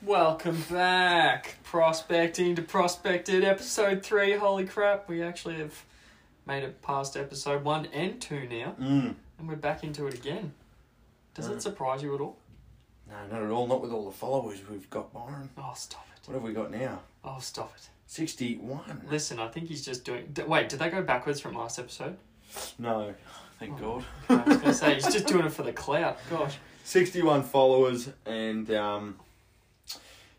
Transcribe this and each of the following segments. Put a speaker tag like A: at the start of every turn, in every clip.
A: Welcome back, prospecting to prospected episode three. Holy crap, we actually have made it past episode one and two now,
B: Mm.
A: and we're back into it again. Does it
B: Mm.
A: surprise you at all?
B: No, not at all. Not with all the followers we've got, Byron.
A: Oh, stop it!
B: What have we got now?
A: Oh, stop it!
B: 61.
A: Listen, I think he's just doing. d- Wait, did they go backwards from last episode?
B: No, thank
A: Oh.
B: God.
A: I was gonna say he's just doing it for the clout. Gosh,
B: 61 followers, and um,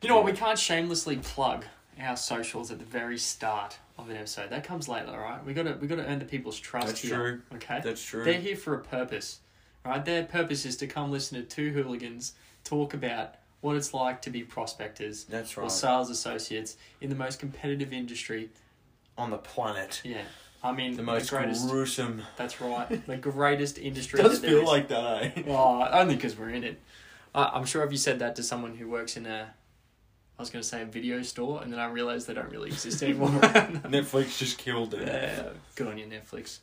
A: you know what? We can't shamelessly plug our socials at the very start of an episode. That comes later, all right? We gotta we gotta earn the people's trust
B: That's
A: here.
B: true.
A: Okay.
B: that's true.
A: They're here for a purpose, right? Their purpose is to come listen to two hooligans talk about what it's like to be prospectors
B: That's
A: or
B: right.
A: sales associates in the most competitive industry.
B: On the planet.
A: Yeah, I mean
B: The most
A: greatest.
B: gruesome.
A: that's right, the greatest industry.
B: does
A: that there
B: feel
A: is.
B: like that, eh?
A: Well, only because we're in it. I I'm sure if you said that to someone who works in a, I was going to say a video store, and then I realized they don't really exist anymore.
B: Netflix just killed it.
A: yeah, good on you, Netflix.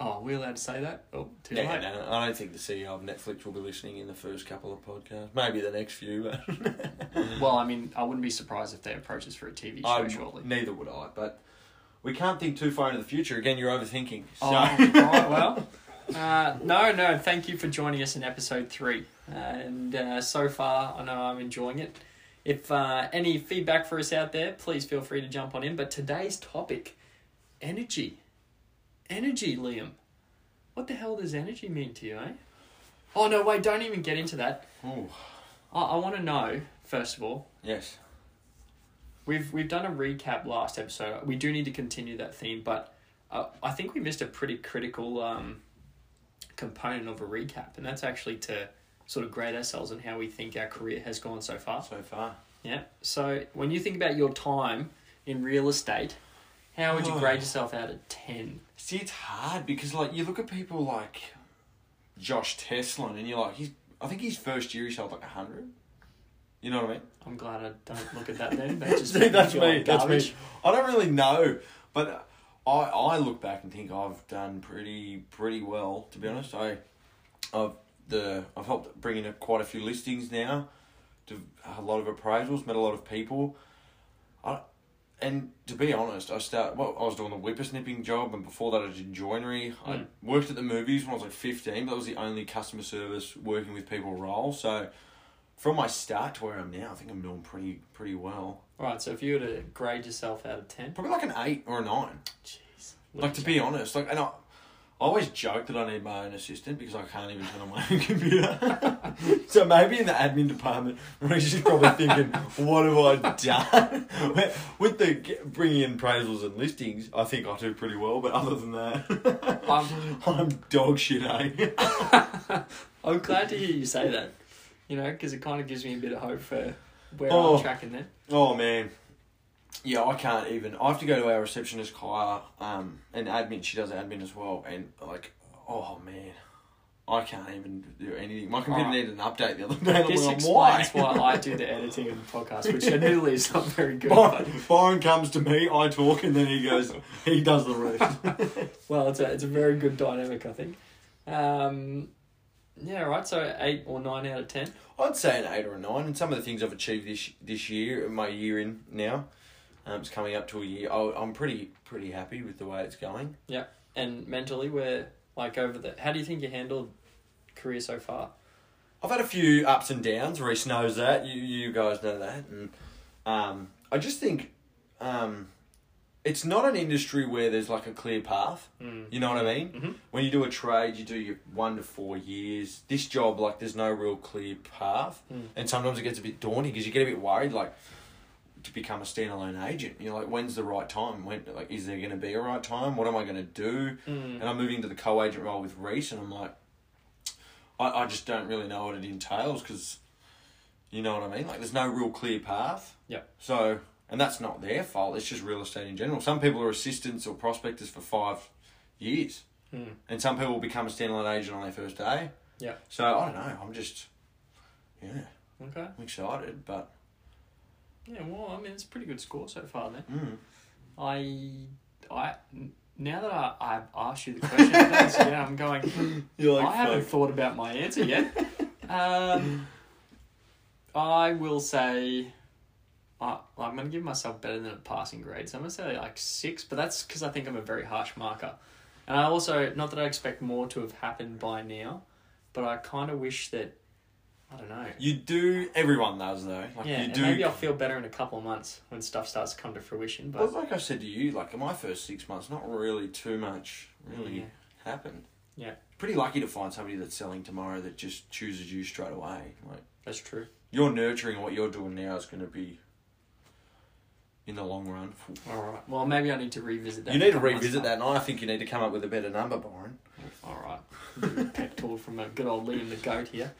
A: Oh, are we allowed to say that? Oh, too
B: Yeah,
A: late.
B: no, I don't think the CEO of Netflix will be listening in the first couple of podcasts. Maybe the next few. But
A: Well, I mean, I wouldn't be surprised if they approach us for a TV show
B: I,
A: shortly.
B: neither would I. But we can't think too far into the future. Again, you're overthinking. So.
A: Oh, right, well, uh, no, no, thank you for joining us in episode three. And uh, so far, I know I'm enjoying it. If uh, any feedback for us out there, please feel free to jump on in. But today's topic energy. Energy, Liam. What the hell does energy mean to you, eh? Oh, no, wait, don't even get into that.
B: Ooh,
A: I, I want to know, first of all,
B: yes.
A: We've we've done a recap last episode. We do need to continue that theme, but uh, I think we missed a pretty critical um, component of a recap, and that's actually to sort of grade ourselves on how we think our career has gone so far.
B: So far.
A: Yeah. So when you think about your time in real estate, how would you
B: Oh.
A: grade yourself out of ten?
B: See, it's hard because like you look at people like Josh Teslin, and you're like, he's. I think his first year he sold like hundred. You know what I mean?
A: I'm glad I don't look at that then. That just
B: See,
A: made
B: that's
A: feel like
B: me. That's
A: garbage.
B: me. I don't really know, but I I look back and think I've done pretty pretty well. To be honest, I I've the I've helped bring in a, quite a few listings now, to a lot of appraisals, met a lot of people. I and to be honest, I start well. I was doing the whippersnipping job, and before that, I did joinery. I
A: Mm.
B: worked at the movies when I was like fifteen. That was the only customer service working with people role. So. From my start to where I'm now, I think I'm doing pretty pretty well.
A: All right. So if you were to grade yourself out of ten,
B: Probably like an eight or a nine.
A: jeez.
B: Like to be honest, like and I, I always joke that I need my own assistant because I can't even turn on my own computer. so maybe in the admin department, Marisha's probably thinking, "What have I done?" With- With the g- bringing in appraisals and listings, I think I do pretty well. But other than that,
A: I'm-
B: I'm, dog shit, eh?
A: I'm glad to hear you say that. You know, because it kind of gives me a bit of hope for where I'm
B: Oh.
A: tracking then.
B: Oh man. Yeah, I can't even. I have to go to our receptionist, Kaya, um, and admin. She does admin as well, and like, oh man, I can't even do anything. My computer
A: Alright.
B: needed an update the other day. and
A: This
B: I'm like,
A: explains why I do the editing of the podcast, which admittedly is not very good. but-
B: Byron, Byron comes to me, I talk, and then he goes, he does the rest.
A: well, it's a, it's a very good dynamic, I think. Um, yeah, right. So eight or nine out of ten.
B: I'd say an eight or a nine, and some of the things I've achieved this this year, my year in now, um, it's coming up to a year. I, I'm pretty pretty happy with the way it's going.
A: And mentally, we're like over the. How do you think you handled career so far?
B: I've had a few ups and downs. Reese knows that. You you guys know that, and um, I just think um, it's not an industry where there's like a clear path.
A: Mm.
B: You know what I mean?
A: Mhm.
B: When you do a trade, you do your one to four years. This job, like, there's no real clear path,
A: Mm.
B: and sometimes it gets a bit daunting because you get a bit worried, like. To become a standalone agent, you're like, when's the right time? When, like, is there going to be a right time? What am I going to do?
A: Mm.
B: and I'm moving to the co-agent role with Reese, and I'm like, I, I just don't really know what it entails because, you know what I mean. Like, there's no real clear path.
A: Yep.
B: So, and that's not their fault. It's just real estate in general. Some people are assistants or prospectors for five years,
A: Mm.
B: and some people become a standalone agent on their first day.
A: Yep.
B: So I don't know. I'm just, yeah,
A: Okay.
B: I'm excited, but
A: Yeah. Well, I mean, it's a pretty good score so far then.
B: mm.
A: I, I now that I, I've asked you the question, thanks, yeah, I'm going. hmm,
B: you're
A: I haven't thought about my answer yet. um, I will say, I I'm going to give myself better than a passing grade. So I'm going to say like six, but that's because I think I'm a very harsh marker. And I also, not that I expect more to have happened by now, but I kind of wish that, I don't know.
B: You do. Everyone does though. Like
A: yeah,
B: you
A: and
B: do.
A: maybe I'll feel better in a couple of months when stuff starts to come to fruition.
B: Well,
A: But
B: like I said to you, like in my first six months, not really too much really
A: Yeah.
B: happened.
A: Yeah.
B: Pretty lucky to find somebody that's selling tomorrow that just chooses you straight away. Like
A: that's true.
B: you're nurturing what you're doing now is going to be in the long run.
A: All right. Well, maybe I need to revisit that.
B: You
A: in
B: need
A: a
B: to
A: couple months'
B: revisit
A: time.
B: that, and I think you need to come up with a better number, Byron.
A: All right. Pep talk from a good old Liam the Goat here.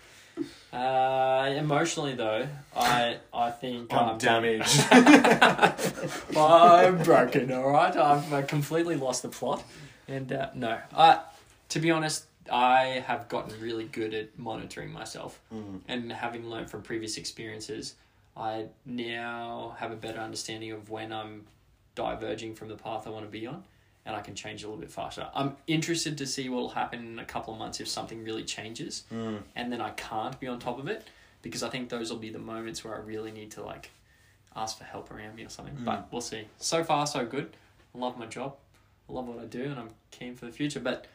A: Uh, emotionally though, I I think I'm,
B: damaged.
A: I'm broken. All right, I've uh, completely lost the plot, and uh, no, I to be honest, I have gotten really good at monitoring myself,
B: Mm-hmm.
A: and having learned from previous experiences, I now have a better understanding of when I'm diverging from the path I want to be on, and I can change a little bit faster. I'm interested to see what will happen in a couple of months if something really changes, and then I can't be on top of it because I think those will be the moments where I really need to like ask for help around me or something. But we'll see. So far, so good. I love my job. I love what I do, and I'm keen for the future. But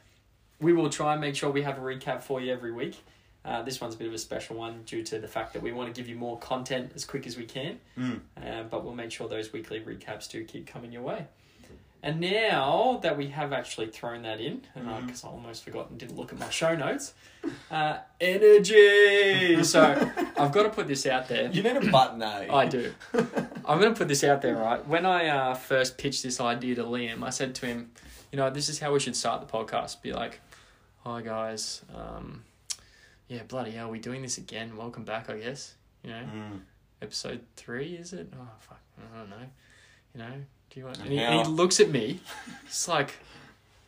A: we will try and make sure we have a recap for you every week. Uh, this one's a bit of a special one due to the fact that we want to give you more content as quick as we can.
B: Mm.
A: Uh, but we'll make sure those weekly recaps do keep coming your way. And now that we have actually thrown that in, and
B: Mhm.
A: because I almost forgot and didn't look at my show notes, uh, energy. so I've got to put this out there.
B: you need a button, eh?
A: I do. I'm going to put this out there, right? When I uh, first pitched this idea to Liam, I said to him, you know, this is how we should start the podcast. Be like, hi, guys. Um, yeah, bloody hell, we doing this again. Welcome back, I guess. You know,
B: Mm.
A: episode three, is it? Oh, fuck. I don't know. You know, do you want.
B: And
A: And he, and
B: how?
A: he looks at me. It's like,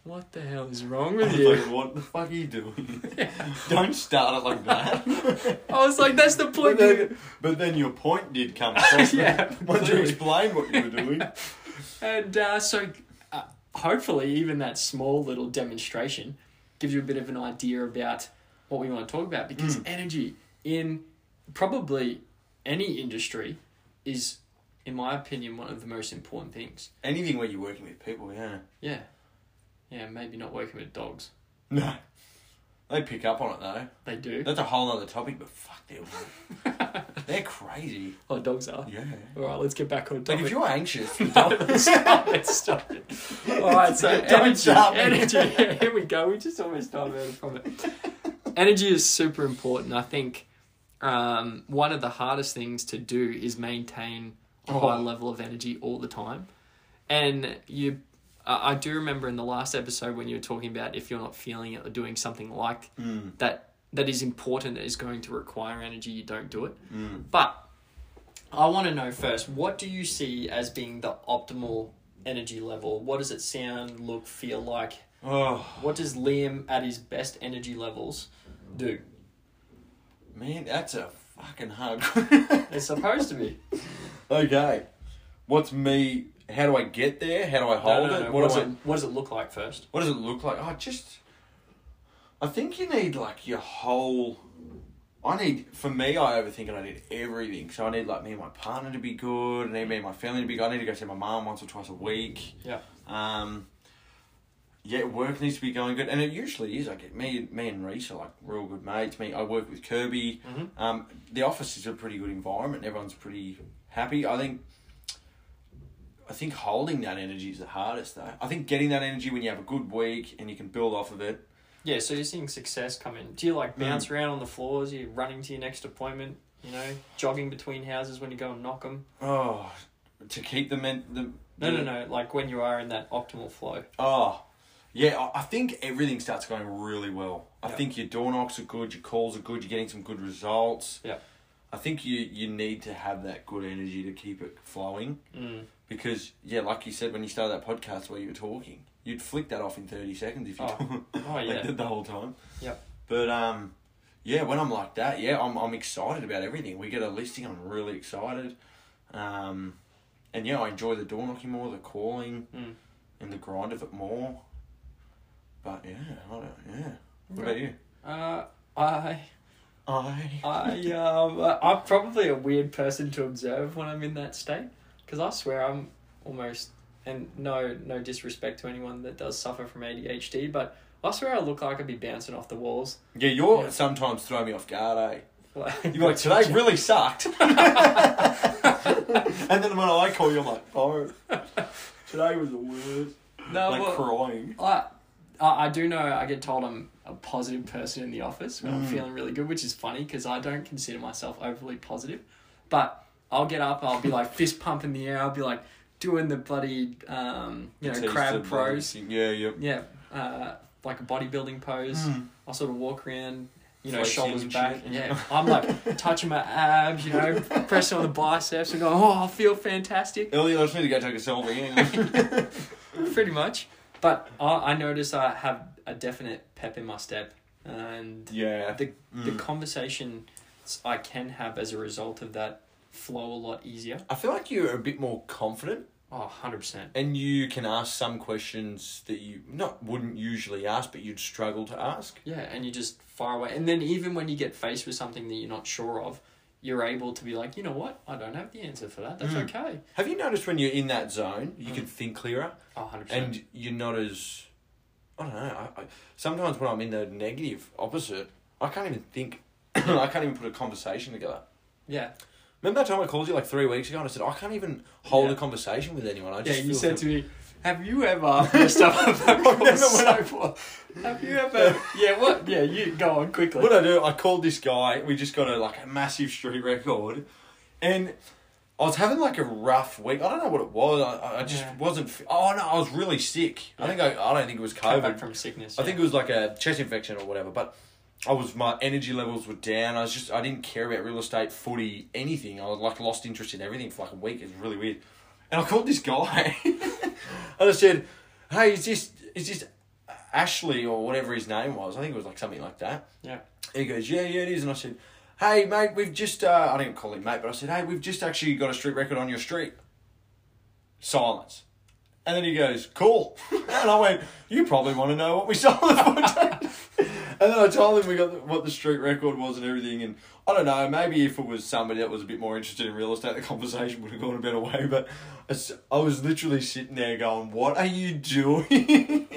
A: what the hell is wrong with
B: I was
A: you?
B: like, what the fuck are you doing? Don't start it like that.
A: I was like, that's the
B: but,
A: point. you-
B: then, but then your point did come across.
A: Yeah,
B: Once you
A: completely.
B: explained what you were doing.
A: And uh, so, uh, hopefully, even that small little demonstration gives you a bit of an idea about what we want to talk about because energy in probably any industry is, in my opinion, one of the most important things.
B: Anything where you're working with people, yeah.
A: Yeah. Yeah, maybe not working with dogs.
B: No. They pick up on it though.
A: They do.
B: That's a whole other topic, but fuck them. They're crazy.
A: Oh, dogs are.
B: Yeah.
A: All right, let's get back on
B: Like if
A: topic.
B: you're anxious,
A: stop it, stop it. All right, so
B: Don't
A: energy,
B: stop me.
A: energy. Here we go. We just almost diverted from it. Energy is super important. I think um, one of the hardest things to do is maintain a
B: Oh.
A: high level of energy all the time. And you, I I do remember in the last episode when you were talking about if you're not feeling it or doing something like
B: Mm.
A: that, that is important, that is going to require energy, you don't do it.
B: Mm.
A: But I want to know first, what do you see as being the optimal energy level? What does it sound, look, feel like?
B: oh
A: What does Liam at his best energy levels do?
B: man, that's a fucking hard.
A: It's supposed to be.
B: okay, what's me? How do I get there? How do I
A: No, no,
B: hold
A: no,
B: it?
A: What,
B: What
A: does
B: is
A: it,
B: it?
A: what does it look like first?
B: What does it look like? Oh, just. I think you need like your whole. I need for me. I overthink and I need everything. So I need like me and my partner to be good. I need me and my family to be good. I need to go see my mum once or twice a week.
A: Yeah.
B: Um. Yeah, work needs to be going good, and it usually is. I get me, me and Reese are like real good mates. Me, I work with Kirby.
A: Mhm.
B: Um, the office is a pretty good environment. Everyone's pretty happy. I think. I think holding that energy is the hardest though. I think getting that energy when you have a good week and you can build off of it.
A: Yeah, so you're seeing success come in. Do you like bounce around on the floors? Are you running to your next appointment? You know, jogging between houses when you go and knock them?
B: Oh, to keep the men the
A: No, no, no. Like when you are in that optimal flow.
B: Oh, yeah. I- I think everything starts going really well. I
A: Yeah.
B: think your door knocks are good, your calls are good, you're getting some good results.
A: Yeah.
B: I think you you need to have that good energy to keep it flowing
A: Mm.
B: because yeah, like you said when you started that podcast where you were talking, you'd flick that off in thirty seconds if you
A: Oh. Oh,
B: like
A: yeah.
B: did the whole time.
A: Yep.
B: But um, yeah, when I'm like that, yeah, I'm I'm excited about everything. We get a listing, I'm really excited. Um, and yeah, I enjoy the door knocking more, the calling,
A: Mm.
B: and the grind of it more. But yeah, I don't, yeah. What
A: Okay.
B: about you?
A: Uh, I
B: I.
A: I um, I'm probably a weird person to observe when I'm in that state because I swear I'm almost and no no disrespect to anyone that does suffer from ADHD, but I swear I look like I'd be bouncing off the walls.
B: Yeah, you're
A: Yeah.
B: sometimes throw me off guard, eh?
A: Like,
B: You're like, today really sucked. and then when I call you, I'm like, oh, today was the worst.
A: no,
B: like
A: well,
B: crying.
A: I, I I do know I get told I'm a positive person in the office when I'm
B: Mm.
A: feeling really good, which is funny because I don't consider myself overly positive. But I'll get up, I'll be like fist pump in the air, I'll be like doing the bloody um, you know
B: Teased
A: crab
B: and
A: pros,
B: everything. Yeah, yeah.
A: yeah, uh, like a bodybuilding pose.
B: Mm.
A: I sort of walk around, you know,
B: Flexing
A: shoulders
B: and
A: back.
B: shit.
A: Yeah, I'm like touching my abs, you know, pressing on the biceps and going, oh, I feel fantastic.
B: Ellie, I just need to go take a selfie.
A: pretty much. But I, I notice I have a definite pep in my step, and
B: yeah.
A: the the
B: Mm.
A: conversation I can have as a result of that flow a lot easier.
B: I feel like you're a bit more confident
A: Oh, 100 percent.
B: and you can ask some questions that you not wouldn't usually ask, but you'd struggle to ask.
A: Yeah, and you just fire away, and then even when you get faced with something that you're not sure of, you're able to be like, you know what, I don't have the answer for that. That's
B: Mm.
A: okay.
B: Have you noticed when you're in that zone, you can think clearer?
A: Oh, 100 percent.
B: and you're not as I don't know. I, I sometimes when I'm in the negative opposite, I can't even think. I can't even put a conversation together.
A: Yeah,
B: Remember that time I called you like three weeks ago and I said I can't even hold
A: Yeah.
B: a conversation with anyone. I
A: yeah.
B: just
A: You
B: feel
A: said
B: so-
A: to me. Have you ever messed up a phone
B: Remember
A: call
B: when
A: so
B: I-
A: far? Have you ever? Yeah, what? Yeah, you go on quickly.
B: What I do, I called this guy. We just got a like a massive street record, and I was having like a rough week. I don't know what it was. I, I just
A: Yeah.
B: wasn't. f- Oh no, I was really sick. I think I. I don't think it was
A: Come
B: COVID.
A: back from sickness.
B: I think it was like a chest infection or whatever, but I was my energy levels were down. I was just I didn't care about real estate, footy, anything. I was like lost interest in everything for like a week. It was really weird. And I called this guy and I said, Hey, is this is this Ashley or whatever his name was? I think it was like something like that.
A: Yeah.
B: And he goes, Yeah, yeah, it is and I said, Hey mate, we've just uh, I didn't call him mate, but I said, Hey, we've just actually got a street record on your street. Silence. And then he goes, cool. And I went, you probably want to know what we sold it for. don't you?" and then I told him we got the, what the street record was and everything. And I don't know, maybe if it was somebody that was a bit more interested in real estate, the conversation would have gone a better way. But I s- I was literally sitting there going, what are you doing?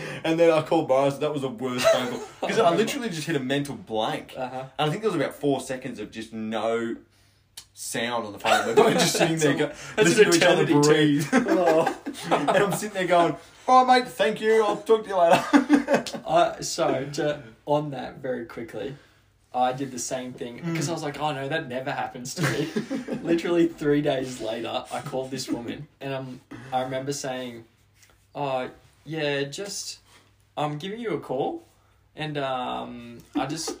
B: and then I called Boris. That was the worst phone call. Because I literally just hit a mental blank.
A: Uh-huh.
B: And I think there was about four seconds of just no sound on the phone. We We're just sitting there go,
A: That's an
B: listening to each other
A: eternity too.
B: breathe. and I'm sitting there going, all right, mate, thank you. I'll talk to you later.
A: Uh, so to, on that very quickly, I did the same thing because I was like, oh no, that never happens to me. Literally three days later, I called this woman and I'm, I remember saying, oh yeah, just I'm giving you a call, and um, I just.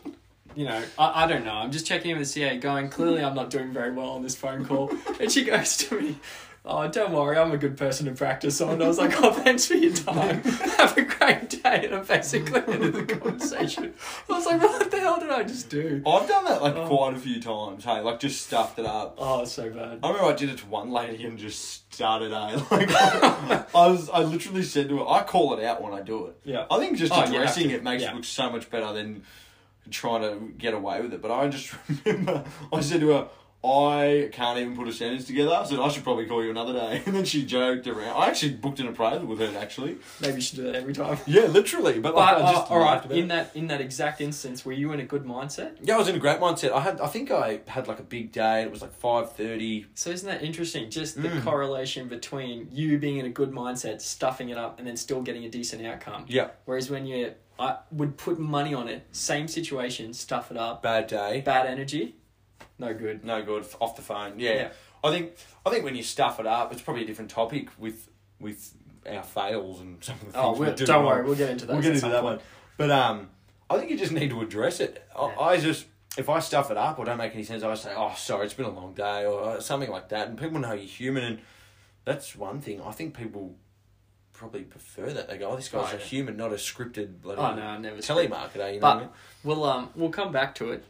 A: You know, I, I don't know. I'm just checking in with the CA going, clearly I'm not doing very well on this phone call. And she goes to me, Oh, don't worry, I'm a good person to practice on. I was like, Oh, thanks for your time. Have a great day. And I basically ended the conversation. I was like, What the hell did I just do?
B: I've done that like
A: Oh.
B: quite a few times. Hey, like just stuffed it up.
A: Oh, it's so bad.
B: I remember I did it to one lady and just started a like I was I literally said to her I call it out when I do it.
A: Yeah.
B: I think just
A: Oh, you have
B: addressing
A: to.
B: it makes
A: Yeah.
B: it look so much better than trying to get away with it. But I just remember I said to her, I can't even put a sentence together. I said, I should probably call you another day. And then she joked around. I actually booked an appraisal with her, actually.
A: Maybe you should do that every time.
B: Yeah, literally. But, like,
A: But uh,
B: I just
A: all
B: laughed
A: right,
B: about it.
A: in that in that exact instance, were you in a good mindset?
B: Yeah, I was in a great mindset. I had, I think I had like a big day. It was like five thirty.
A: So isn't that interesting? Just the
B: Mm.
A: correlation between you being in a good mindset, stuffing it up, and then still getting a decent outcome.
B: Yeah,
A: Whereas when you, I would put money on it. Same situation, stuff it up,
B: bad day.
A: bad energy, no good.
B: No good. f- Off the phone. Yeah.
A: Yeah.
B: I think I think when you stuff it up, it's probably a different topic with with our fails and some of the things
A: Oh,
B: we
A: we'll,
B: do
A: don't
B: wrong.
A: worry, we'll get into that.
B: We'll get
A: at
B: into
A: some
B: that
A: point.
B: one. But um, I think you just need to address it. I,
A: Yeah.
B: I just if I stuff it up or don't make any sense, I say, "Oh, sorry, it's been a long day" or uh, something like that. And people know you're human, and that's one thing. I think people probably prefer that. They go, "Oh, this guy's
A: Oh,
B: a
A: yeah.
B: human, not a scripted bloody
A: Oh no, I never. said-
B: telemarketer." You know
A: But-
B: what I mean?
A: We'll um, we'll come back to it.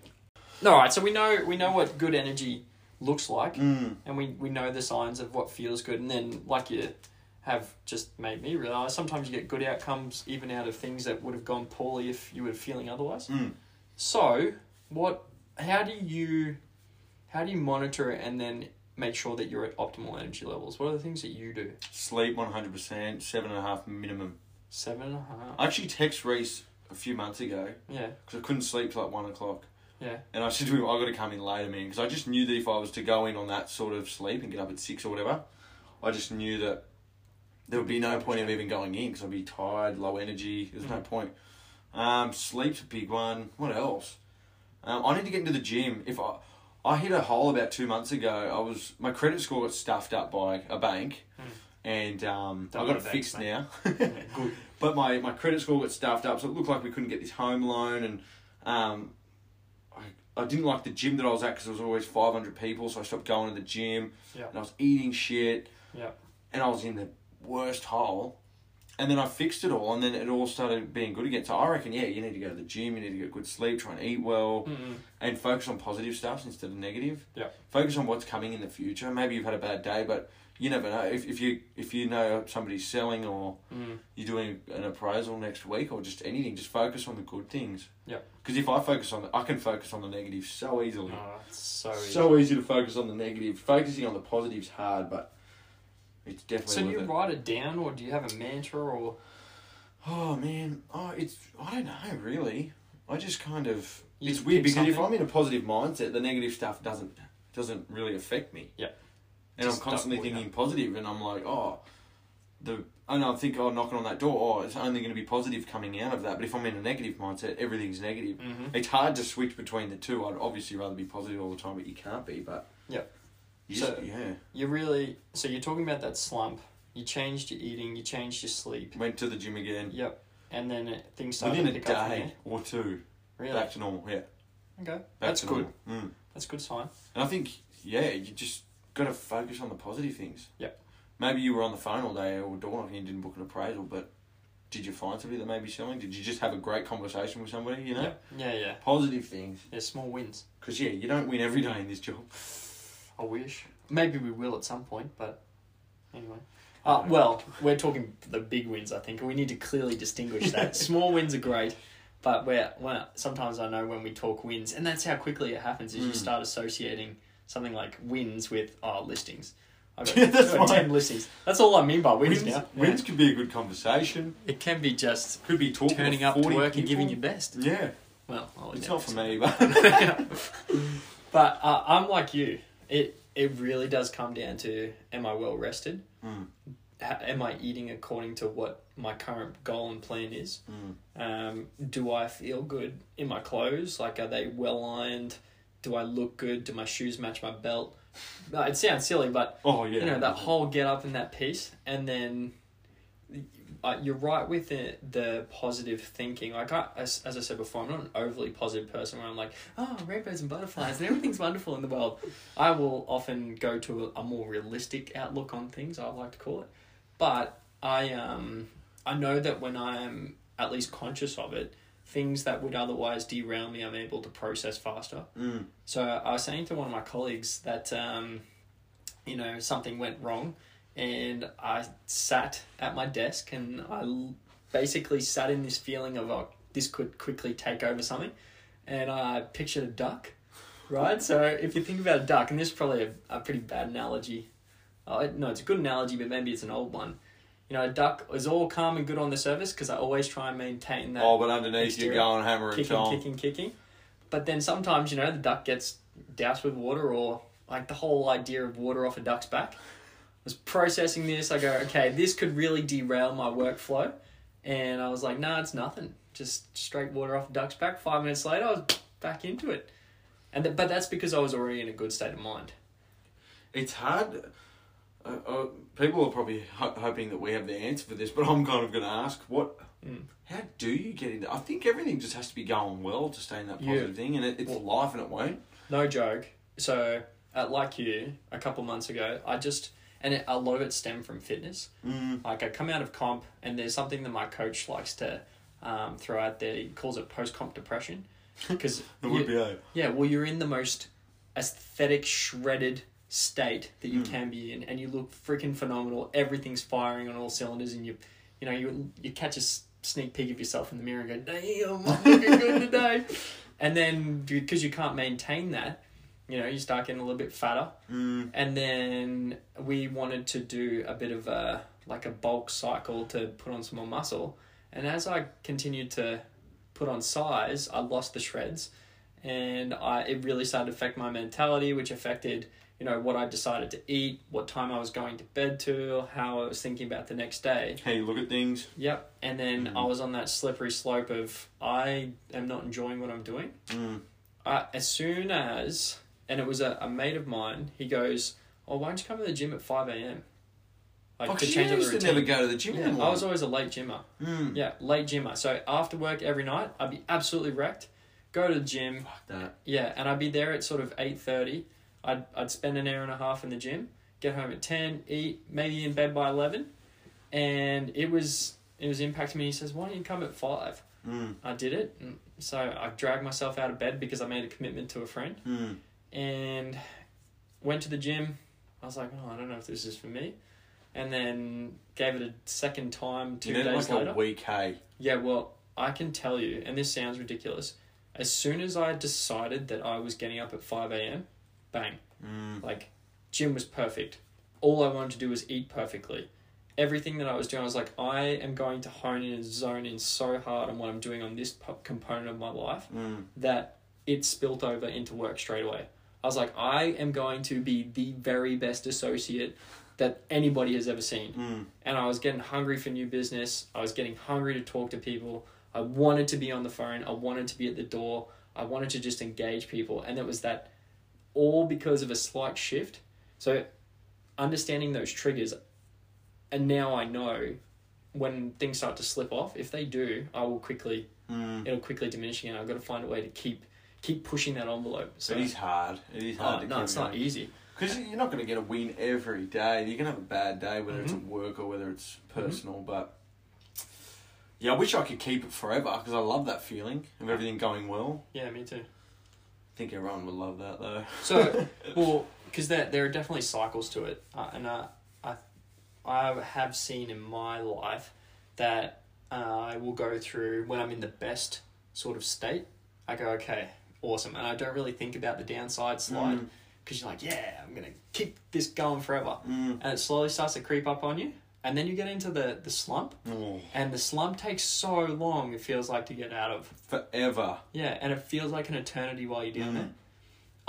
A: All right, so we know we know what good energy looks like,
B: Mm.
A: and we we know the signs of what feels good, and then like you have just made me realize, sometimes you get good Mm. outcomes even out of things that would have gone poorly if you were feeling otherwise.
B: Mm.
A: So what how do you how do you monitor it and then make sure that you're at optimal energy levels? What are the things that you do?
B: Mm. Sleep 100%, seven and a half minimum.
A: Seven and a half.
B: I actually text Reese a few months ago
A: Yeah,
B: because I couldn't sleep till like one o'clock.
A: yeah,
B: And I said to him, i got to come in later, man, because I just knew that if I was to go in on that sort of sleep and get up at six or whatever, I just knew that there would be no point of even going in because I'd be tired, low energy. There's
C: Mm-hmm.
B: no point. Um, sleep's a big one. What else? Um, I need to get into the gym. If I, I hit a hole about two months ago. I was my credit score got stuffed up by a bank, and um, I
C: Hmm. Don't
B: got
C: go
B: it
C: to
B: fixed now.
A: yeah. Good.
B: But my, my credit score got stuffed up, so it looked like we couldn't get this home loan. And um, I, I didn't like the gym that I was at because there was always 500 people, so I stopped going to the gym.
A: Yeah.
B: And I was eating shit.
A: Yeah.
B: And I was in the worst hole. And then I fixed it all, and then it all started being good again. So I reckon, yeah, you need to go to the gym, you need to get good sleep, try and eat well,
A: Mm-mm.
B: and focus on positive stuff instead of negative.
A: Yeah.
B: Focus on what's coming in the future. Maybe you've had a bad day, but you never know. If, if you if you know somebody's selling or
A: Mm.
B: you're doing an appraisal next week or just anything. Just focus on the good things.
A: Yep.
B: Because if I focus on, the, I can focus on the negative so easily.
A: Oh, it's so easy. So,
B: so easy to focus on the negative. Focusing on the positive's hard, but it's definitely.
A: do
B: worth
A: you
B: it.
A: write it down, or do you have a mantra, or
B: Oh man, oh it's I don't know really. I just kind of
A: You
B: it's
A: just
B: weird
A: pick
B: because if
A: something?
B: I'm in a positive mindset, the negative stuff doesn't doesn't really affect me.
A: Yeah.
B: And
A: Just
B: I'm constantly
A: don't worry
B: thinking positive, and I'm like, oh, the and I think oh knocking on that door, oh it's only going to be positive coming out of that. But if I'm in a negative mindset, everything's negative.
A: Mhm.
B: It's hard to switch between the two. I'd obviously rather be positive all the time, but you can't be. But
A: Yeah.
B: You just-
A: So-
B: yeah.
A: you really? So you're talking about that slump. You changed your eating. You changed your sleep.
B: Went to the gym again
A: Yep. And then it, things started
B: within
A: to
B: a
A: pick up. from
B: day or two.
A: there. Really?
B: Back to normal. Yeah. Back
A: okay. That's
B: to
A: good.
B: normal. Mm.
A: That's a good sign.
B: And I think, yeah, you just got to focus on the positive things.
A: Yep.
B: Maybe you were on the phone all day or door knocking and didn't book an appraisal, but did you find somebody that may be selling? Did you just have a great conversation with somebody, you know?
A: Yep. Yeah, yeah.
B: Positive things.
A: Yeah, small wins.
B: Because, yeah, you don't win every day in this job.
A: I wish. Maybe we will at some point, but anyway. Uh, well, we're talking the big wins, I think, and we need to clearly distinguish that. Small wins are great, but we're, when, sometimes I know when we talk wins, and that's how quickly it happens is you
B: Mm.
A: start associating something like wins with oh, listings. I've got,
B: Yeah, that's
A: I've got
B: right.
A: 10 listings. That's all I mean by wins,
B: Wins,
A: now.
B: wins could be a good conversation.
A: It can be just
B: Could be talking
A: turning
B: to
A: up to
B: 40
A: work and giving your
B: people.
A: best.
B: Yeah,
A: Well, I'll
B: it's
A: never
B: not for
A: say
B: me, but
A: but uh, I'm like you. It it really does come down to am I well rested?
B: Mm.
A: Ha- am I eating according to what my current goal and plan is?
B: Mm.
A: Um, do I feel good in my clothes? Like, are they well ironed? Do I look good? Do my shoes match my belt? Uh, It sounds silly, but
B: oh yeah,
A: you know that whole get up in that piece and then uh, you're right with the, the positive thinking like I, as, as i said before i'm not an overly positive person where i'm like oh rainbows and butterflies and everything's wonderful in the world i will often go to a, a more realistic outlook on things i like to call it but i um i know that when i'm at least conscious of it things that would otherwise derail me i'm able to process faster
B: Mm.
A: so I was saying to one of my colleagues that, um, you know, something went wrong, and I sat at my desk and I l- basically sat in this feeling of oh, this could quickly take over something, and I pictured a duck, right? so if you think about a duck, and this is probably a, a pretty bad analogy. Uh, it- no, it's a good analogy, but maybe it's an old one. You know, a duck is all calm and good on the surface because I always try and maintain that
B: Oh, but underneath you're
A: Exterior.
B: going hammer and
A: kicking,
B: tong.
A: kicking, kicking. But then sometimes, you know, the duck gets doused with water or like the whole idea of water off a duck's back. I was processing this. I go, okay, this could really derail my workflow. And I was like, nah, it's nothing. Just straight water off a duck's back. Five minutes later, I was back into it. And th- but that's because I was already in a good state of mind.
B: It's hard. Uh, uh, people are probably ho- hoping that we have the answer for this, but I'm kind of going to ask what.
A: Mm.
B: How do you get into? I think everything just has to be going well to stay in that
A: Yeah.
B: positive thing, and it, it's
A: Well-
B: life, and it won't.
A: No joke. So, uh, like you, a couple months ago, I just, and it, a lot of it stemmed from fitness.
B: Mm.
A: Like I come out of comp, and there's something that my coach likes to um, throw out there. He calls it post comp depression, because
B: It would be a
A: yeah, well, you're in the most aesthetic shredded state that you
B: Mm.
A: can be in, and you look freaking phenomenal. Everything's firing on all cylinders, and you, you know, you you catch a s- sneak peek of yourself in the mirror and go, "Damn, I'm looking good today." and then because you can't maintain that, you know, you start getting a little bit fatter.
B: Mm,
A: And then we wanted to do a bit of a like a bulk cycle to put on some more muscle. And as I continued to put on size, I lost the shreds, and I it really started to affect my mentality, which affected you know what I decided to eat, what time I was going to bed to, how I was thinking about the next day.
B: how you look at things.
A: Yep. And then
B: Mm.
A: I was on that slippery slope of I am not enjoying what I'm doing.
B: Mm,
A: I, Uh, as soon as, and it was a, a mate of mine, he goes, Oh, why don't you come to the gym at 5 a.m.? Like
B: oh,
A: to
B: 'cause you
A: change up the
B: used to
A: routine.
B: never go to the gym
A: yeah,
B: anymore.
A: I was always a late gymmer.
B: mm.
A: Yeah, late gymmer. So after work every night, I'd be absolutely wrecked. Go to the gym.
B: Fuck that.
A: Yeah, and I'd be there at sort of 8.30. I'd, I'd spend an hour and a half in the gym, get home at 10, eat, maybe in bed by 11. And it was, it was impacting me. He says, why don't you come at 5?
B: Mm,
A: I did it. and So I dragged myself out of bed because I made a commitment to a friend
B: mm.
A: and went to the gym. I was like, oh, I don't know if this is for me. And then gave it a second time two
B: You know,
A: days
B: like
A: later.
B: a week, hey.
A: yeah, well, I can tell you, and this sounds ridiculous. As soon as I decided that I was getting up at 5 a.m., bang,
B: Mm,
A: like, gym was perfect. All I wanted to do was eat perfectly. Everything that I was doing, I was like, I am going to hone in and zone in so hard on what I'm doing on this p- component of my life
B: mm.
A: that it spilt over into work straight away. I was like, I am going to be the very best associate that anybody has ever seen.
B: Mm.
A: And I was getting hungry for new business. I was getting hungry to talk to people. I wanted to be on the phone. I wanted to be at the door. I wanted to just engage people. And it was that all because of a slight shift. So understanding those triggers, and now I know when things start to slip off, if they do, I will quickly
B: Mm.
A: it'll quickly diminish again. I've got to find a way to keep keep pushing that envelope. So
B: it is hard. It is hard
A: oh,
B: to
A: no, it's not easy.
B: Because you're not going to get a win every day. You're going to have a bad day, whether it's at
A: Mm-hmm.
B: work or whether it's personal. But yeah, I wish I could keep it forever because I love that feeling of everything going well.
A: Yeah, me too.
B: I think everyone would love that though.
A: So, well, because there there are definitely cycles to it, uh, and uh, I I have seen in my life that uh, I will go through when I'm in the best sort of state. I go okay, awesome, and I don't really think about the downside slide
B: Mm.
A: because you're like, yeah, I'm gonna keep this going forever,
B: Mm.
A: and it slowly starts to creep up on you, and then you get into the the slump,
B: Oh,
A: and the slump takes so long it feels like to get out of
B: forever.
A: yeah and it feels like an eternity while you're down
B: Mm.
A: there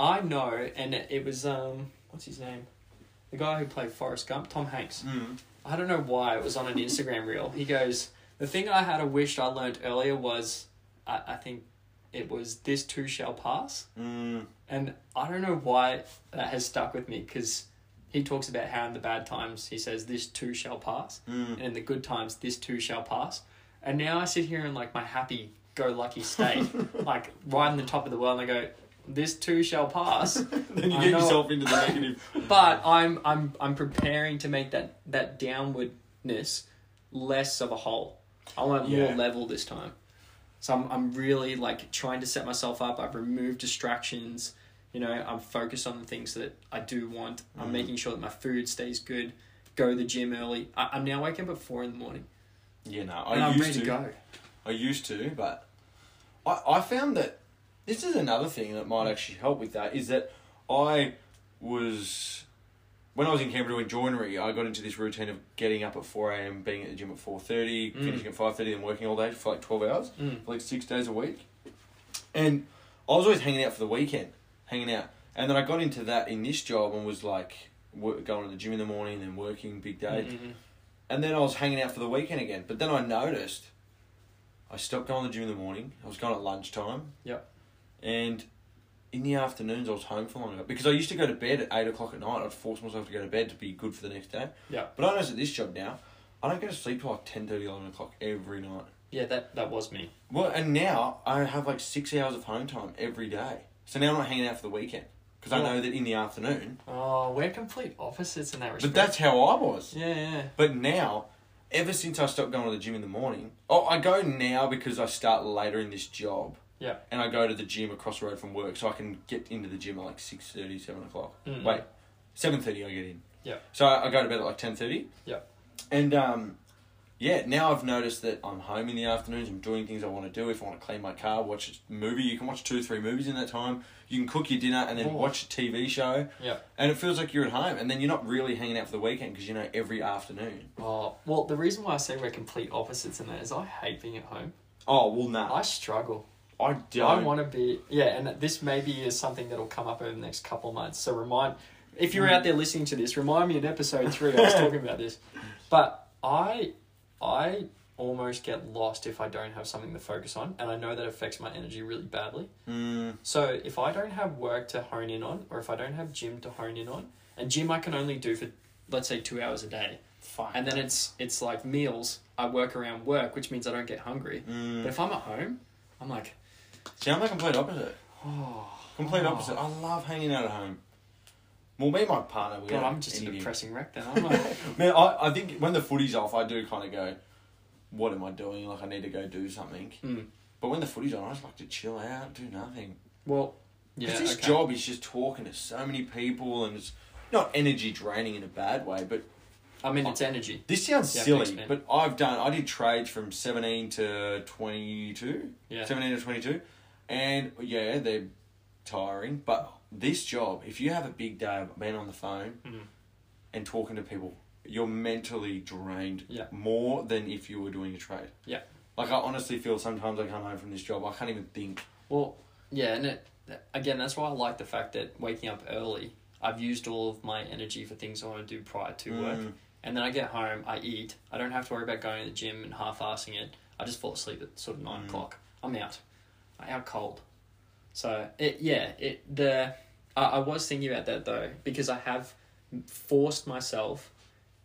A: i know and it, it was um what's his name the guy who played forrest gump tom hanks
B: Mm.
A: i don't know why it was on an instagram reel he goes the thing i had a wish i learned earlier was i, I think it was this too shall pass
B: Mm.
A: and I don't know why that has stuck with me because he talks about how in the bad times he says, This too shall pass.
B: Mm.
A: And in the good times, this too shall pass. And now I sit here in like my happy go lucky state, like right in the top of the world, and I go, This too shall pass.
B: Then you
A: I
B: get
A: know.
B: yourself into the negative.
A: but I'm, I'm, I'm preparing to make that, that downwardness less of a hole. I want more
B: Yeah.
A: level this time. So I'm, I'm really like trying to set myself up. I've removed distractions. You know, I'm focused on the things that I do want. I'm
B: Mhm.
A: making sure that my food stays good. Go to the gym early. I, I'm now waking up at four in the morning.
B: Yeah, no,
A: And
B: I
A: I'm
B: used
A: ready to,
B: to
A: go.
B: I used to, but I, I found that this is another thing that might actually help with that is that I was when I was in Canberra doing joinery, I got into this routine of getting up at four AM, being at the gym at four thirty,
A: Mm.
B: finishing at five thirty, then working all day for like twelve hours,
A: Mm.
B: for like six days a week. And I was always hanging out for the weekend, hanging out. And then I got into that in this job and was like wo- going to the gym in the morning, then working big day.
A: Mm-mm.
B: And then I was hanging out for the weekend again. But then I noticed I stopped going to the gym in the morning. I was going at lunchtime.
A: Yep.
B: And in the afternoons, I was home for longer. Because I used to go to bed at 8 o'clock at night. I'd force myself to go to bed to be good for the next day.
A: Yep.
B: But I noticed at this job now, I don't go to sleep till like 10, 11 o'clock every night.
A: Yeah, that, that was me.
B: Well, and now I have like six hours of home time every day. So now I'm not hanging out for the weekend. Because I
A: Yeah.
B: know that in the afternoon.
A: Oh, we're complete opposites in that respect.
B: But that's how I was.
A: yeah, yeah.
B: But now, ever since I stopped going to the gym in the morning, oh, I go now because I start later in this job.
A: Yeah.
B: And I go to the gym across the road from work, so I can get into the gym at like 6.30, 7 o'clock.
A: Mm.
B: Wait, seven thirty I get in.
A: Yeah.
B: So I I go to bed at like ten thirty.
A: Yeah.
B: And um, yeah, now I've noticed that I'm home in the afternoons. I'm doing things I want to do. If I want to clean my car, watch a movie, you can watch two, three movies in that time. You can cook your dinner and then
A: Oh.
B: watch a TV show.
A: Yep.
B: And it feels like you're at home, and then you're not really hanging out for the weekend because you know every afternoon.
A: Oh, well, the reason why I say we're complete opposites in that is I hate being at home.
B: Oh well, nah,
A: I struggle.
B: I, don't.
A: I want to be yeah, and this maybe is something that'll come up over the next couple of months. So remind if you're out there listening to this, remind me in episode three I was talking about this. But I I almost get lost if I don't have something to focus on, and I know that affects my energy really badly.
B: Mm,
A: So if I don't have work to hone in on, or if I don't have gym to hone in on, and gym I can only do for let's say two hours a day,
B: fuck.
A: and then it's it's like meals. I work around work, which means I don't get hungry. But
B: Mm.
A: if I'm at home, I'm like,
B: See, I'm the complete opposite.
A: oh.
B: Complete
A: Oh.
B: opposite. I love hanging out at home. Well, me and my partner, we
A: God,
B: don't
A: I'm just a
B: anything.
A: depressing wreck then, aren't I?
B: Man, I, I think when the footy's off, I do kind of go, what am I doing? Like, I need to go do something.
A: Mm.
B: But when the footy's on, I just like to chill out, do nothing.
A: well, yeah.
B: Because this
A: okay.
B: job is just talking to so many people and it's not energy draining in a bad way, but
A: I mean, it's energy.
B: this sounds
A: Yeah, thanks,
B: silly.
A: man.
B: But I've done, I did trades from 17 to 22.
A: Yeah.
B: 17 to 22. And yeah, they're tiring. But this job, if you have a big day of being on the phone
A: Mhm.
B: and talking to people, you're mentally drained
A: Yeah.
B: more than if you were doing a trade.
A: Yeah.
B: Like, I honestly feel sometimes I come home from this job, I can't even think.
A: Well, yeah, and it, again, that's why I like the fact that waking up early, I've used all of my energy for things I want to do prior to work.
B: Mm.
A: And then I get home, I eat. I don't have to worry about going to the gym and half assing it. I just fall asleep at sort of nine
B: Mm.
A: o'clock. I'm out. I'm out cold. So, it, yeah, it the I, I was thinking about that though, because I have forced myself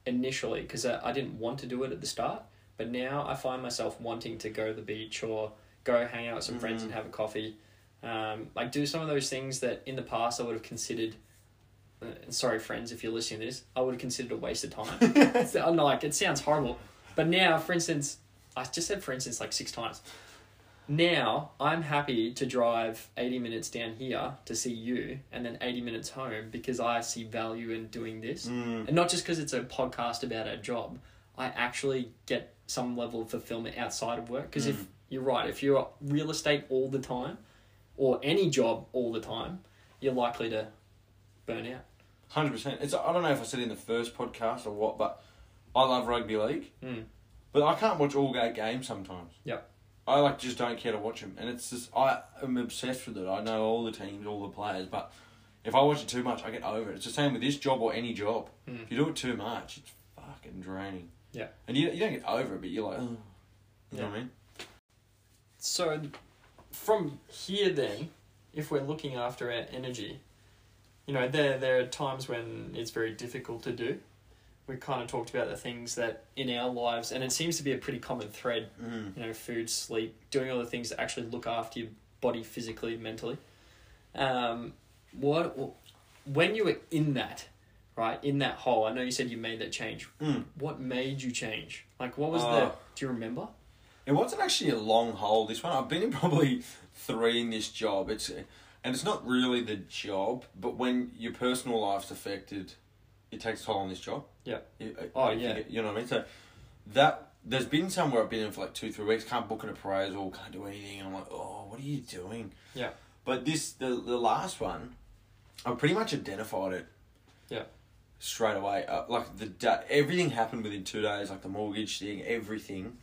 A: initially, because I, I didn't want to do it at the start, but now I find myself wanting to go to the beach or go hang out with some friends and have a coffee. Um, like, do some of those things that in the past I would have considered. Uh, sorry, friends, if you're listening to this, I would have considered a waste of time. It's- I'm like, it sounds horrible. But now, for instance, I just said for instance like six times. Now I'm happy to drive 80 minutes down here to see you and then 80 minutes home because I see value in doing this.
B: Mm.
A: And not just because it's a podcast about our job, I actually get some level of fulfillment outside of work. Because if you're right, if you're real estate all the time or any job all the time, you're likely to burn out.
B: Hundred percent. It's I don't know if I said in the first podcast or what, but I love rugby league,
A: Mm.
B: but I can't watch all gay games sometimes.
A: Yep.
B: I like just don't care to watch them, and it's just I am obsessed with it. I know all the teams, all the players, but if I watch it too much, I get over it. It's the same with this job or any job.
A: Mm.
B: If you do it too much, it's fucking draining.
A: Yeah.
B: And you you don't get over it, but you're like, oh. you know what I mean?
A: So, from here, then, if we're looking after our energy, you know, there there are times when it's very difficult to do. We kind of talked about the things that in our lives, and it seems to be a pretty common thread.
B: Mm.
A: You know, food, sleep, doing all the things that actually look after your body physically, mentally. Um, what when you were in that, right, in that hole? I know you said you made that change.
B: Mm.
A: What made you change? Like, what was the?
B: Oh.
A: Do you remember?
B: It wasn't actually a long hole. This one, I've been in probably three in this job. It's and it's not really the job, but when your personal life's affected, it takes a toll on this job.
A: Yeah.
B: It- it-
A: Oh,
B: if you
A: yeah.
B: get- You, know what I mean. So that there's been some where I've been in for like two, three weeks, can't book an appraisal, can't do anything. I'm like, oh, what are you doing?
A: Yeah.
B: But this the the last one, I pretty much identified it.
A: Yeah.
B: Straight away, uh, like the da- everything happened within two days, like the mortgage thing, everything,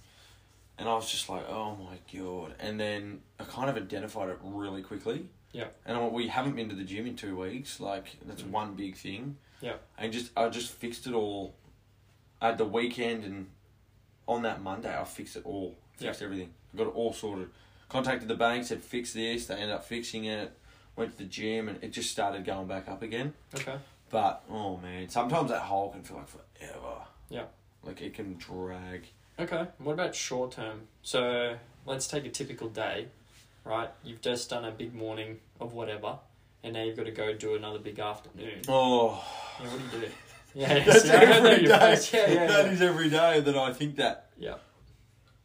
B: and I was just like, oh my god! And then I kind of identified it really quickly.
A: Yeah.
B: And I went, we haven't been to the gym in two weeks. Like that's
A: Mm.
B: one big thing.
A: Yeah.
B: And just I just fixed it all. At the weekend and on that Monday, I fixed it all. Fixed everything. Got it all sorted contacted the bank, said fix this. They ended up fixing it. Went to the gym, and it just started going back up again.
A: Okay.
B: But oh man, sometimes that hole can feel like forever.
A: Yeah.
B: Like it can drag.
A: Okay. What about short term? So let's take a typical day, right? You've just done a big morning of whatever, and now you've got to go do another big afternoon.
B: Oh,
A: Yeah, what do you do? Yeah,
B: that's
A: see, I don't know
B: every
A: your
B: day.
A: face. Yeah, yeah,
B: That
A: yeah.
B: is every day that I think that
A: Yeah.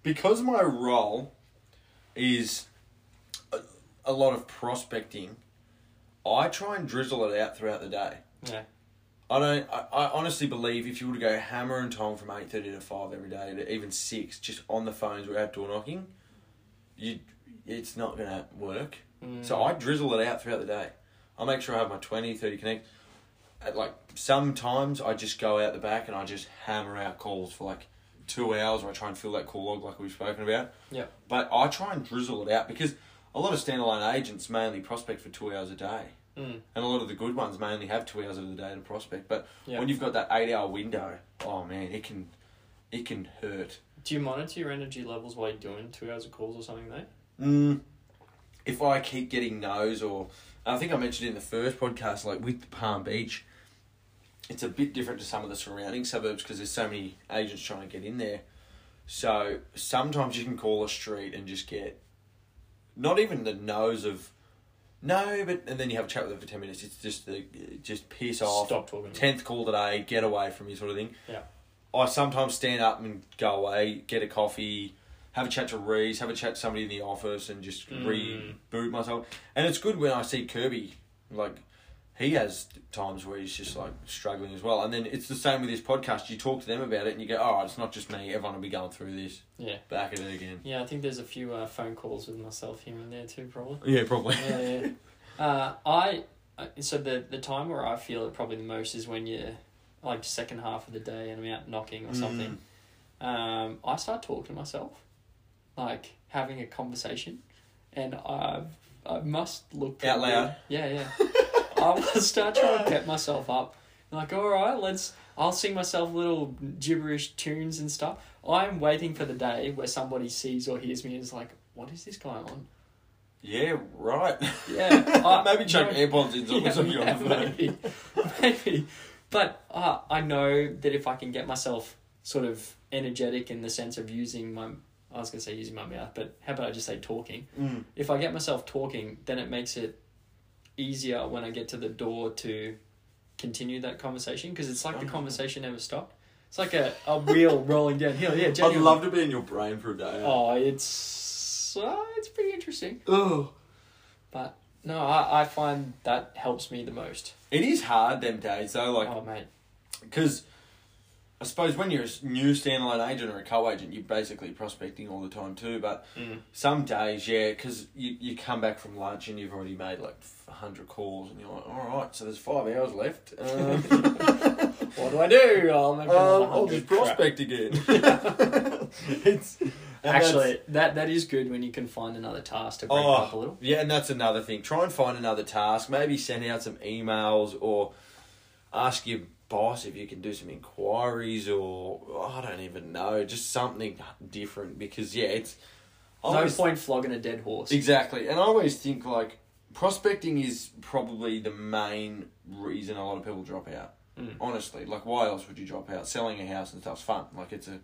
B: because my role is a, a lot of prospecting. I try and drizzle it out throughout the day.
A: Yeah.
B: I don't. I, I honestly believe if you were to go hammer and tong from eight thirty to five every day, to even six, just on the phones without door knocking, you, it's not gonna work. So I drizzle it out throughout the day. I make sure I have my 20, 30 connect. At like sometimes I just go out the back and I just hammer out calls for like two hours, or I try and fill that call log like we've spoken about.
A: Yeah.
B: But I try and drizzle it out because a lot of standalone agents mainly prospect for two hours a day.
A: Mm.
B: And a lot of the good ones mainly have two hours of the day to prospect. But
A: Yeah.
B: when you've got that eight hour window, oh man, it can it can hurt.
A: Do you monitor your energy levels while you're doing two hours of calls or something though?
B: Mm, if I keep getting no's or I think I mentioned in the first podcast, like with Palm Beach, it's a bit different to some of the surrounding suburbs because there's so many agents trying to get in there. So sometimes you can call a street and just get not even the no's of no, but and then you have a chat with them for ten minutes. It's just the just piss off
A: Stop talking.
B: tenth call today, get away from you sort of thing.
A: Yeah.
B: I sometimes stand up and go away, get a coffee, have a chat to Reese, have a chat to somebody in the office, and just
A: Mm.
B: reboot myself. And it's good when I see Kirby, like he has times where he's just like struggling as well. And then it's the same with this podcast. You talk to them about it, and you go, "All right, it's not just me. Everyone will be going through this.
A: Yeah.
B: Back at it again."
A: Yeah, I think there's a few uh, phone calls with myself here and there too, probably.
B: Yeah, probably.
A: Yeah, yeah. Uh, I uh, so the the time where I feel it probably the most is when you're like second half of the day and I'm out knocking
B: Mm.
A: or something. Um, I start talking to myself, like having a conversation, and I I must look
B: Out
A: pretty-
B: loud?
A: Yeah, yeah. I must start trying to pep myself up. Like, all right, let's. I'll sing myself little gibberish tunes and stuff. I'm waiting for the day where somebody sees or hears me and is like, "What is this guy on?"
B: Yeah, right.
A: Yeah, I-
B: maybe chuck
A: no.
B: AirPods in
A: Yeah,
B: something
A: yeah,
B: on the phone.
A: maybe, maybe. But uh, I know that if I can get myself sort of energetic in the sense of using my, I was gonna say using my mouth, but how about I just say talking?
B: Mm.
A: If I get myself talking, then it makes it easier when I get to the door to continue that conversation because it's like the
B: Oh.
A: conversation never stopped. It's like a, a wheel rolling downhill. Yeah,
B: I'd
A: genuinely.
B: love to be in your brain for a day.
A: Oh, it's uh, it's pretty interesting.
B: Ugh.
A: But no, I, I find that helps me the most.
B: It is hard them days though, like
A: oh mate.
B: because I suppose when you're a s- new standalone agent or a co-agent, you're basically prospecting all the time too. But
A: Mm.
B: some days, yeah, because you you come back from lunch and you've already made like hundred calls, and you're like, all right, so there's five hours left. Um,
A: What do I do? I'll make another
B: um, I'll
A: hundred.
B: just prospect again. it's and that's-
A: Actually, that that is good when you can find another task to break it
B: Oh.
A: up a little.
B: Yeah, and that's another thing. Try and find another task. Maybe send out some emails or ask your boss if you can do some inquiries or I don't even know, just something different because yeah, it's I
A: No
B: always-
A: point flogging a dead horse.
B: Exactly. And I always think like prospecting is probably the main reason a lot of people drop out.
A: Mm.
B: Honestly, like why else would you drop out? Selling a house and stuff's fun. Like it's a,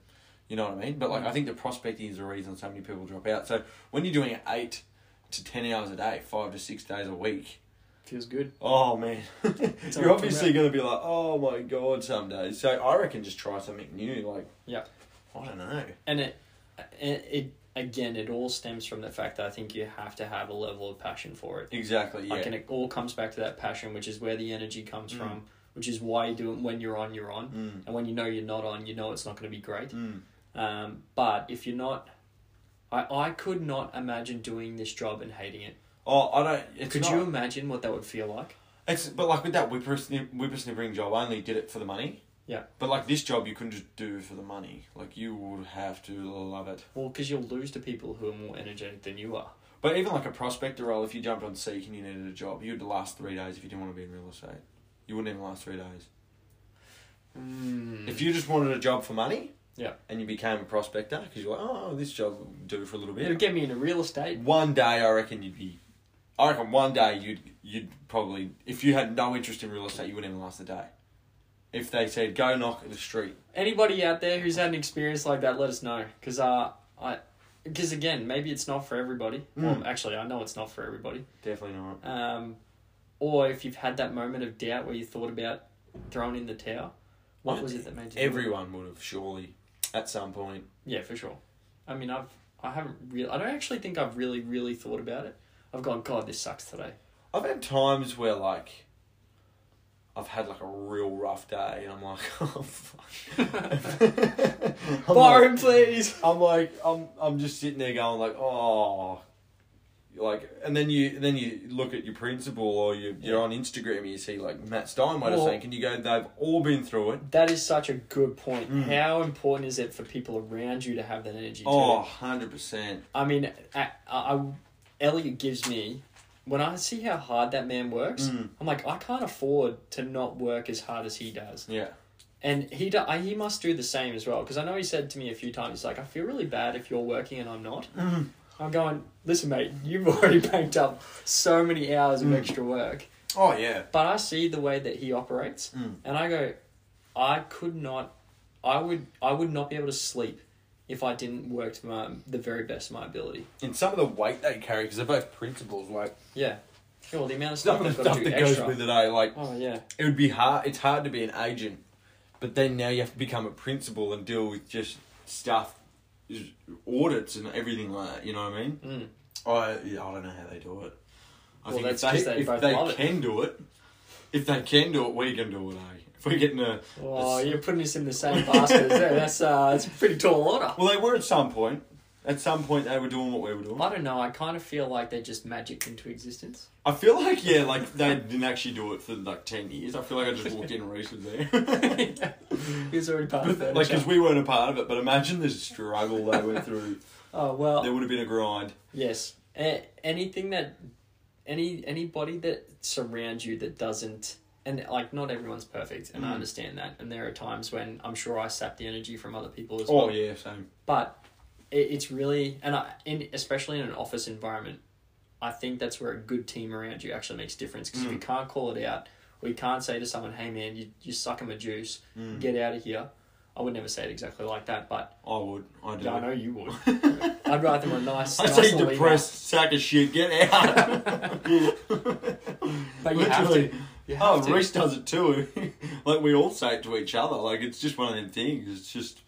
B: you know what I mean. But
A: Hmm.
B: like I think the prospecting is the reason so many people drop out. So when you're doing it eight to ten hours a day, five to six days a week,
A: Feels good.
B: oh man,
A: all
B: you're
A: come
B: obviously going to be like, oh my god, some days. So I reckon just try something new. Like
A: Yeah.
B: I don't know.
A: And it, it, it again, it all stems from the fact that I think you have to have a level of passion for it.
B: Exactly. Yeah.
A: Like, and it all comes back to that passion, which is where the energy comes
B: Mm.
A: from, which is why you do it when you're on, you're on.
B: Mm.
A: And when you know you're not on, you know it's not going to be great.
B: Mm.
A: Um, but if you're not, I, I could not imagine doing this job and hating it.
B: Oh, I don't. It's
A: Could
B: not-
A: you imagine what that would feel like?
B: It's but like with that whippersnip, whippersnippering job, I only did it for the money.
A: Yeah.
B: But like this job, you couldn't just do for the money. Like you would have to love it.
A: Well, because you'll lose to people who are more energetic than you are.
B: But even like a prospector role, if you jumped on Seek and you needed a job, you'd last three days if you didn't want to be in real estate. You wouldn't even last three days. If you just wanted a job for money.
A: Mm. Yeah.
B: And you became a prospector because you're like, oh, this job will do for a little
A: it'll
B: bit.
A: get me into real estate.
B: One day, I reckon you'd be. I reckon one day you'd you'd probably if you had no interest in real estate, you wouldn't even last a day. If they said go knock at the street.
A: Anybody out there who's had an experience like that, let us know. Because uh, I, because again, maybe it's not for everybody. Well,
B: Mm.
A: actually, I know it's not for everybody.
B: Definitely not.
A: Um, or if you've had that moment of doubt where you thought about throwing in the towel, what was it that made you? do it?
B: Everyone would have surely at some point.
A: Yeah, for sure. I mean, I've I haven't really. I don't actually think I've really really thought about it. I've gone, God, this sucks today.
B: I've had times where like I've had like a real rough day, and I'm like, oh
A: fuck.
B: I'm like-
A: Byron, please.
B: I'm like, I'm, I'm just sitting there going like, oh, like, and then you, then you look at your principal or you, you're on Instagram and you see like Matt Steinway or
A: Well-
B: something, and you go, they've all been through it.
A: That is such a good point.
B: Mm.
A: How important is it for people around you to have that energy? too?
B: Oh, 100 percent.
A: I mean, I, I, Elliot gives me when I see how hard that man works.
B: Mm.
A: I'm like, I can't afford to not work as hard as he does,
B: Yeah.
A: and he do, I, he must do the same as well. Because I know he said to me a few times, he's like, I feel really bad if you're working and I'm not.
B: Mm.
A: I'm going, listen, mate, you've already banked up so many hours of
B: Mm.
A: extra work.
B: Oh yeah.
A: But I see the way that he operates,
B: Mm.
A: and I go, I could not, I would, I would not be able to sleep if I didn't work to my the very best of my ability.
B: And some of the weight they carry because they're both principals. Like
A: Yeah. Well, the amount of stuff
B: some of
A: they've
B: the
A: got
B: stuff
A: to do
B: that
A: extra.
B: goes with it. I like
A: oh yeah,
B: it would be hard. It's hard to be an agent, but then now you have to become a principal and deal with just stuff, just audits and everything like that. You know what I mean?
A: mm.
B: I yeah, I don't know how they do it. I
A: Well,
B: think
A: that's
B: if they,
A: just they
B: if
A: both
B: they
A: love it.
B: can do it, if they can do it, we can do it. Eh? If we're getting a
A: Oh, you're putting us in the same basket. as them. That's uh, that's a pretty tall order.
B: well, they were at some point. At some point, they were doing what we were doing.
A: I don't know. I kind of feel like they just magicked into existence.
B: I feel like yeah, like they didn't actually do it for like ten years. I feel like I just walked in recently. there.
A: He's already part of
B: Like, because we weren't a part of it, but imagine the struggle they went through.
A: Oh well,
B: There would have been a grind.
A: Yes. A- anything that any anybody that surrounds you that doesn't and like not everyone's perfect and I
B: Mm.
A: understand that and there are times when I'm sure I sap the energy from other people as
B: Oh
A: well.
B: yeah, same.
A: But it, it's really and I in especially in an office environment, I think that's where a good team around you actually makes difference because if
B: Mm.
A: you can't call it out, or you can't say to someone, "Hey man, you you suck 'em a juice,
B: Mm.
A: get out of here." I would never say it exactly like that, but
B: I would. I do.
A: I know you would. I'd write them a nice.
B: I
A: nice
B: say
A: little email.
B: depressed sack of shit. Get out.
A: But you have
B: Literally.
A: to. You
B: Oh,
A: have to.
B: Reese does it too. like we all say it to each other. Like it's just one of them things. It's just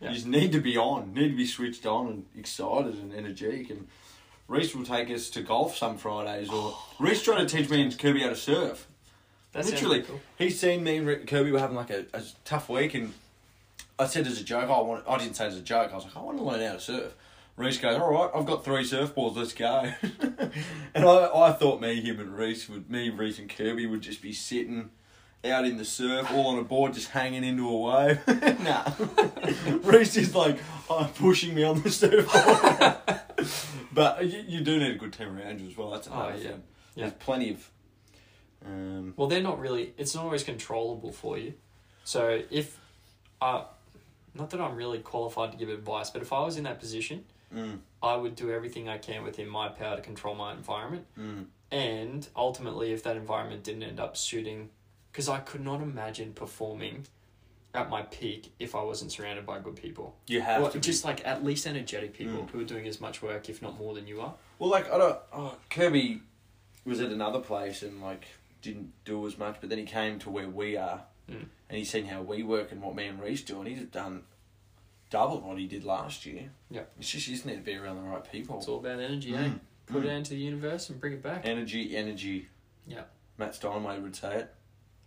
A: Yeah.
B: you just need to be on, need to be switched on and excited and energetic. And Reese will take us to golf some Fridays. Or Reese tried to teach me and Kirby how to surf.
A: That sounds
B: Literally,
A: pretty cool.
B: he's seen me and Rick Kirby were having like a, a tough week, and I said as a joke, I want. I didn't say it as a joke. I was like, I want to learn how to surf. Reese goes, all right. I've got three surfboards. Let's go. and I, I thought me, him, and Reese would me, Reese, and Kirby would just be sitting out in the surf, all on a board, just hanging into a wave. nah, Reese is like, oh, pushing me on the surfboard. but you, you do need a good team around you as well. That's
A: Oh,
B: another
A: yeah.
B: thing.
A: Yeah.
B: There's plenty of. Um,
A: Well, they're not really. It's not always controllable for you. So if, uh, not that I'm really qualified to give advice, but if I was in that position,
B: mm,
A: I would do everything I can within my power to control my environment.
B: mm.
A: And ultimately, if that environment didn't end up suiting, because I could not imagine performing at my peak if I wasn't surrounded by good people,
B: You have
A: or
B: to be-
A: just like at least energetic people
B: Mm.
A: who are doing as much work, if not more, than you are.
B: well, like I don't. Oh, Kirby was at another place and like didn't do as much, but then he came to where we are,
A: Mm.
B: and he's seen how we work and what me and Reese do, and he's done double what he did last year.
A: Yeah.
B: it's just you just need to be around the right people.
A: It's all about energy, eh?
B: Mm,
A: Put it
B: mm.
A: out into the universe and bring it back.
B: Energy, energy.
A: Yeah.
B: Matt Steinway would say it.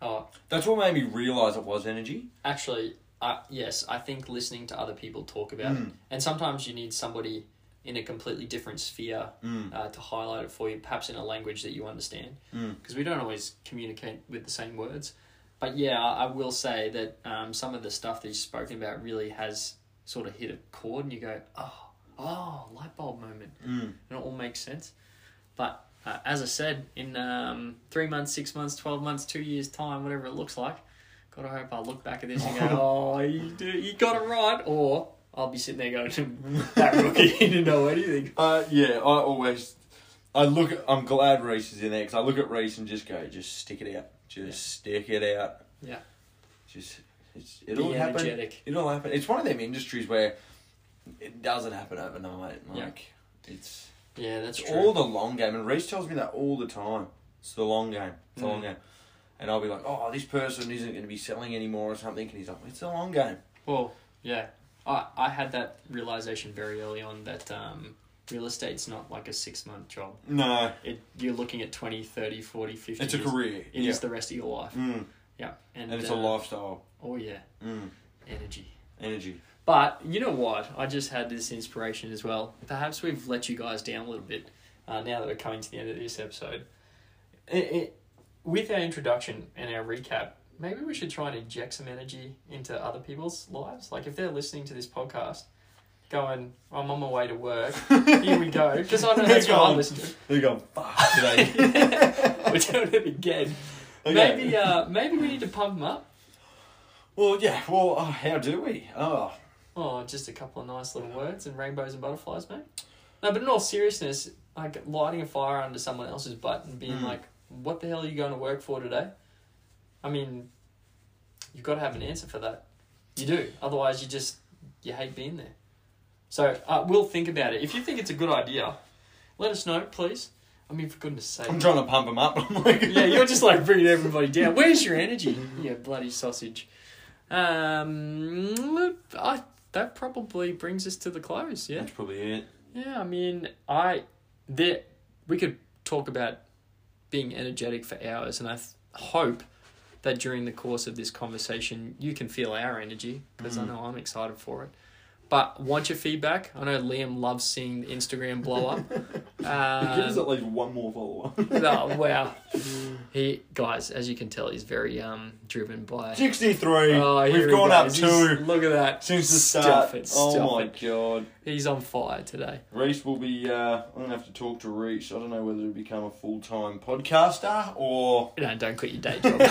A: Oh,
B: That's what made me realise it was energy.
A: Actually, uh, yes, I think listening to other people talk about it,
B: Mm.
A: and sometimes you need somebody in a completely different sphere
B: Mm.
A: uh, to highlight it for you, perhaps in a language that you understand,
B: Mm.
A: because we don't always communicate with the same words. But yeah, I I will say that um, some of the stuff that you've spoken about really has sort of hit a chord, and you go, oh, oh, light bulb moment
B: Mm.
A: and it all makes sense. But uh, as I said, in um, three months, six months, twelve months, two years time, whatever it looks like, God, I hope I look back at this and go, "Oh, you, do, you got it right," or I'll be sitting there going, "That rookie didn't know anything."
B: Uh, yeah, I always, I look. At, I'm glad Reese is in there because I look at Reese and just go, just stick it out, just
A: Yeah.
B: stick it out.
A: Yeah.
B: Just it's, it'll
A: Be
B: happen.
A: energetic.
B: It'll happen. It's one of them industries where it doesn't happen overnight.
A: Yeah.
B: Like it's
A: Yeah, that's
B: it's
A: true.
B: all the long game, and Reese tells me that all the time. It's the long game. It's the long
A: Mm.
B: game. And I'll be like, oh, this person isn't going to be selling anymore or something. And he's like, it's a long game.
A: Well, yeah, I I had that realization very early on that um, real estate's not like a six month job.
B: No,
A: It you're looking at 20, 30, 40, 50
B: it's a
A: years.
B: career.
A: It is
B: yeah.
A: the rest of your life.
B: Mm.
A: Yeah. And,
B: And it's
A: uh,
B: a lifestyle.
A: Oh yeah,
B: Mm.
A: energy.
B: Energy.
A: But you know what? I just had this inspiration as well. Perhaps we've let you guys down a little bit uh, now that we're coming to the end of this episode. It, it, with our introduction and our recap, maybe we should try and inject some energy into other people's lives. Like if they're listening to this podcast, going, I'm on my way to work. Here we go. Because I know that's what I listen to.
B: They're going, fuck today.
A: We're doing it again.
B: Okay.
A: Maybe, uh, maybe we need to pump them up.
B: Well, yeah, well, uh, how do we? Oh,
A: Oh, just a couple of nice little words and rainbows and butterflies, mate. No, but in all seriousness, like lighting a fire under someone else's butt and being
B: Mm.
A: like, "What the hell are you going to work for today?" I mean, you've got to have an answer for that. You do, otherwise you just you hate being there. So uh, we'll think about it. If you think it's a good idea, let us know, please. I mean, for goodness' sake.
B: I'm trying to pump them up. I'm like,
A: yeah, you're just like bringing everybody down. Where's your energy? Yeah, bloody sausage. Um, I, that probably brings us to the close. Yeah,
B: That's probably it.
A: yeah. I mean, I there we could talk about being energetic for hours, and I th- hope that during the course of this conversation, you can feel our energy because I know I'm excited for it. But want your feedback? I know Liam loves seeing the Instagram blow up. Um,
B: at least one more follower.
A: oh wow he guys as you can tell he's very um driven by
B: 63.
A: Oh, here
B: We've
A: he
B: gone up
A: goes. He's-
B: two
A: look at that
B: since the start.
A: stuff it
B: oh
A: stuff
B: my
A: it
B: god.
A: he's on fire today
B: Reese will be. Uh, I'm gonna have to talk to Reese. I don't know whether to become a full time podcaster or.
A: no don't quit your day job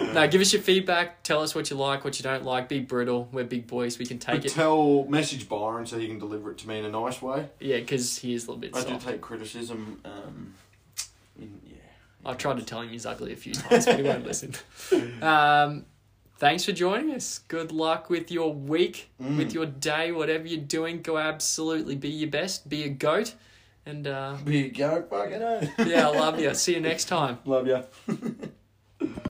A: no give us your feedback tell us what you like what you don't like be brutal we're big boys we can take it
B: Tell message Byron so he can deliver it to me in a nice way.
A: yeah because he is a little bit
B: I do
A: soft
B: take criticism. Um, in, yeah.
A: I tried to tell him he's ugly a few times, but he won't listen. Um, thanks for joining us. Good luck with your week, with your day, whatever you're doing. Go absolutely be your best, be a goat, and uh,
B: Be a go fucking hell.
A: yeah, I love you. See you next time.
B: Love ya.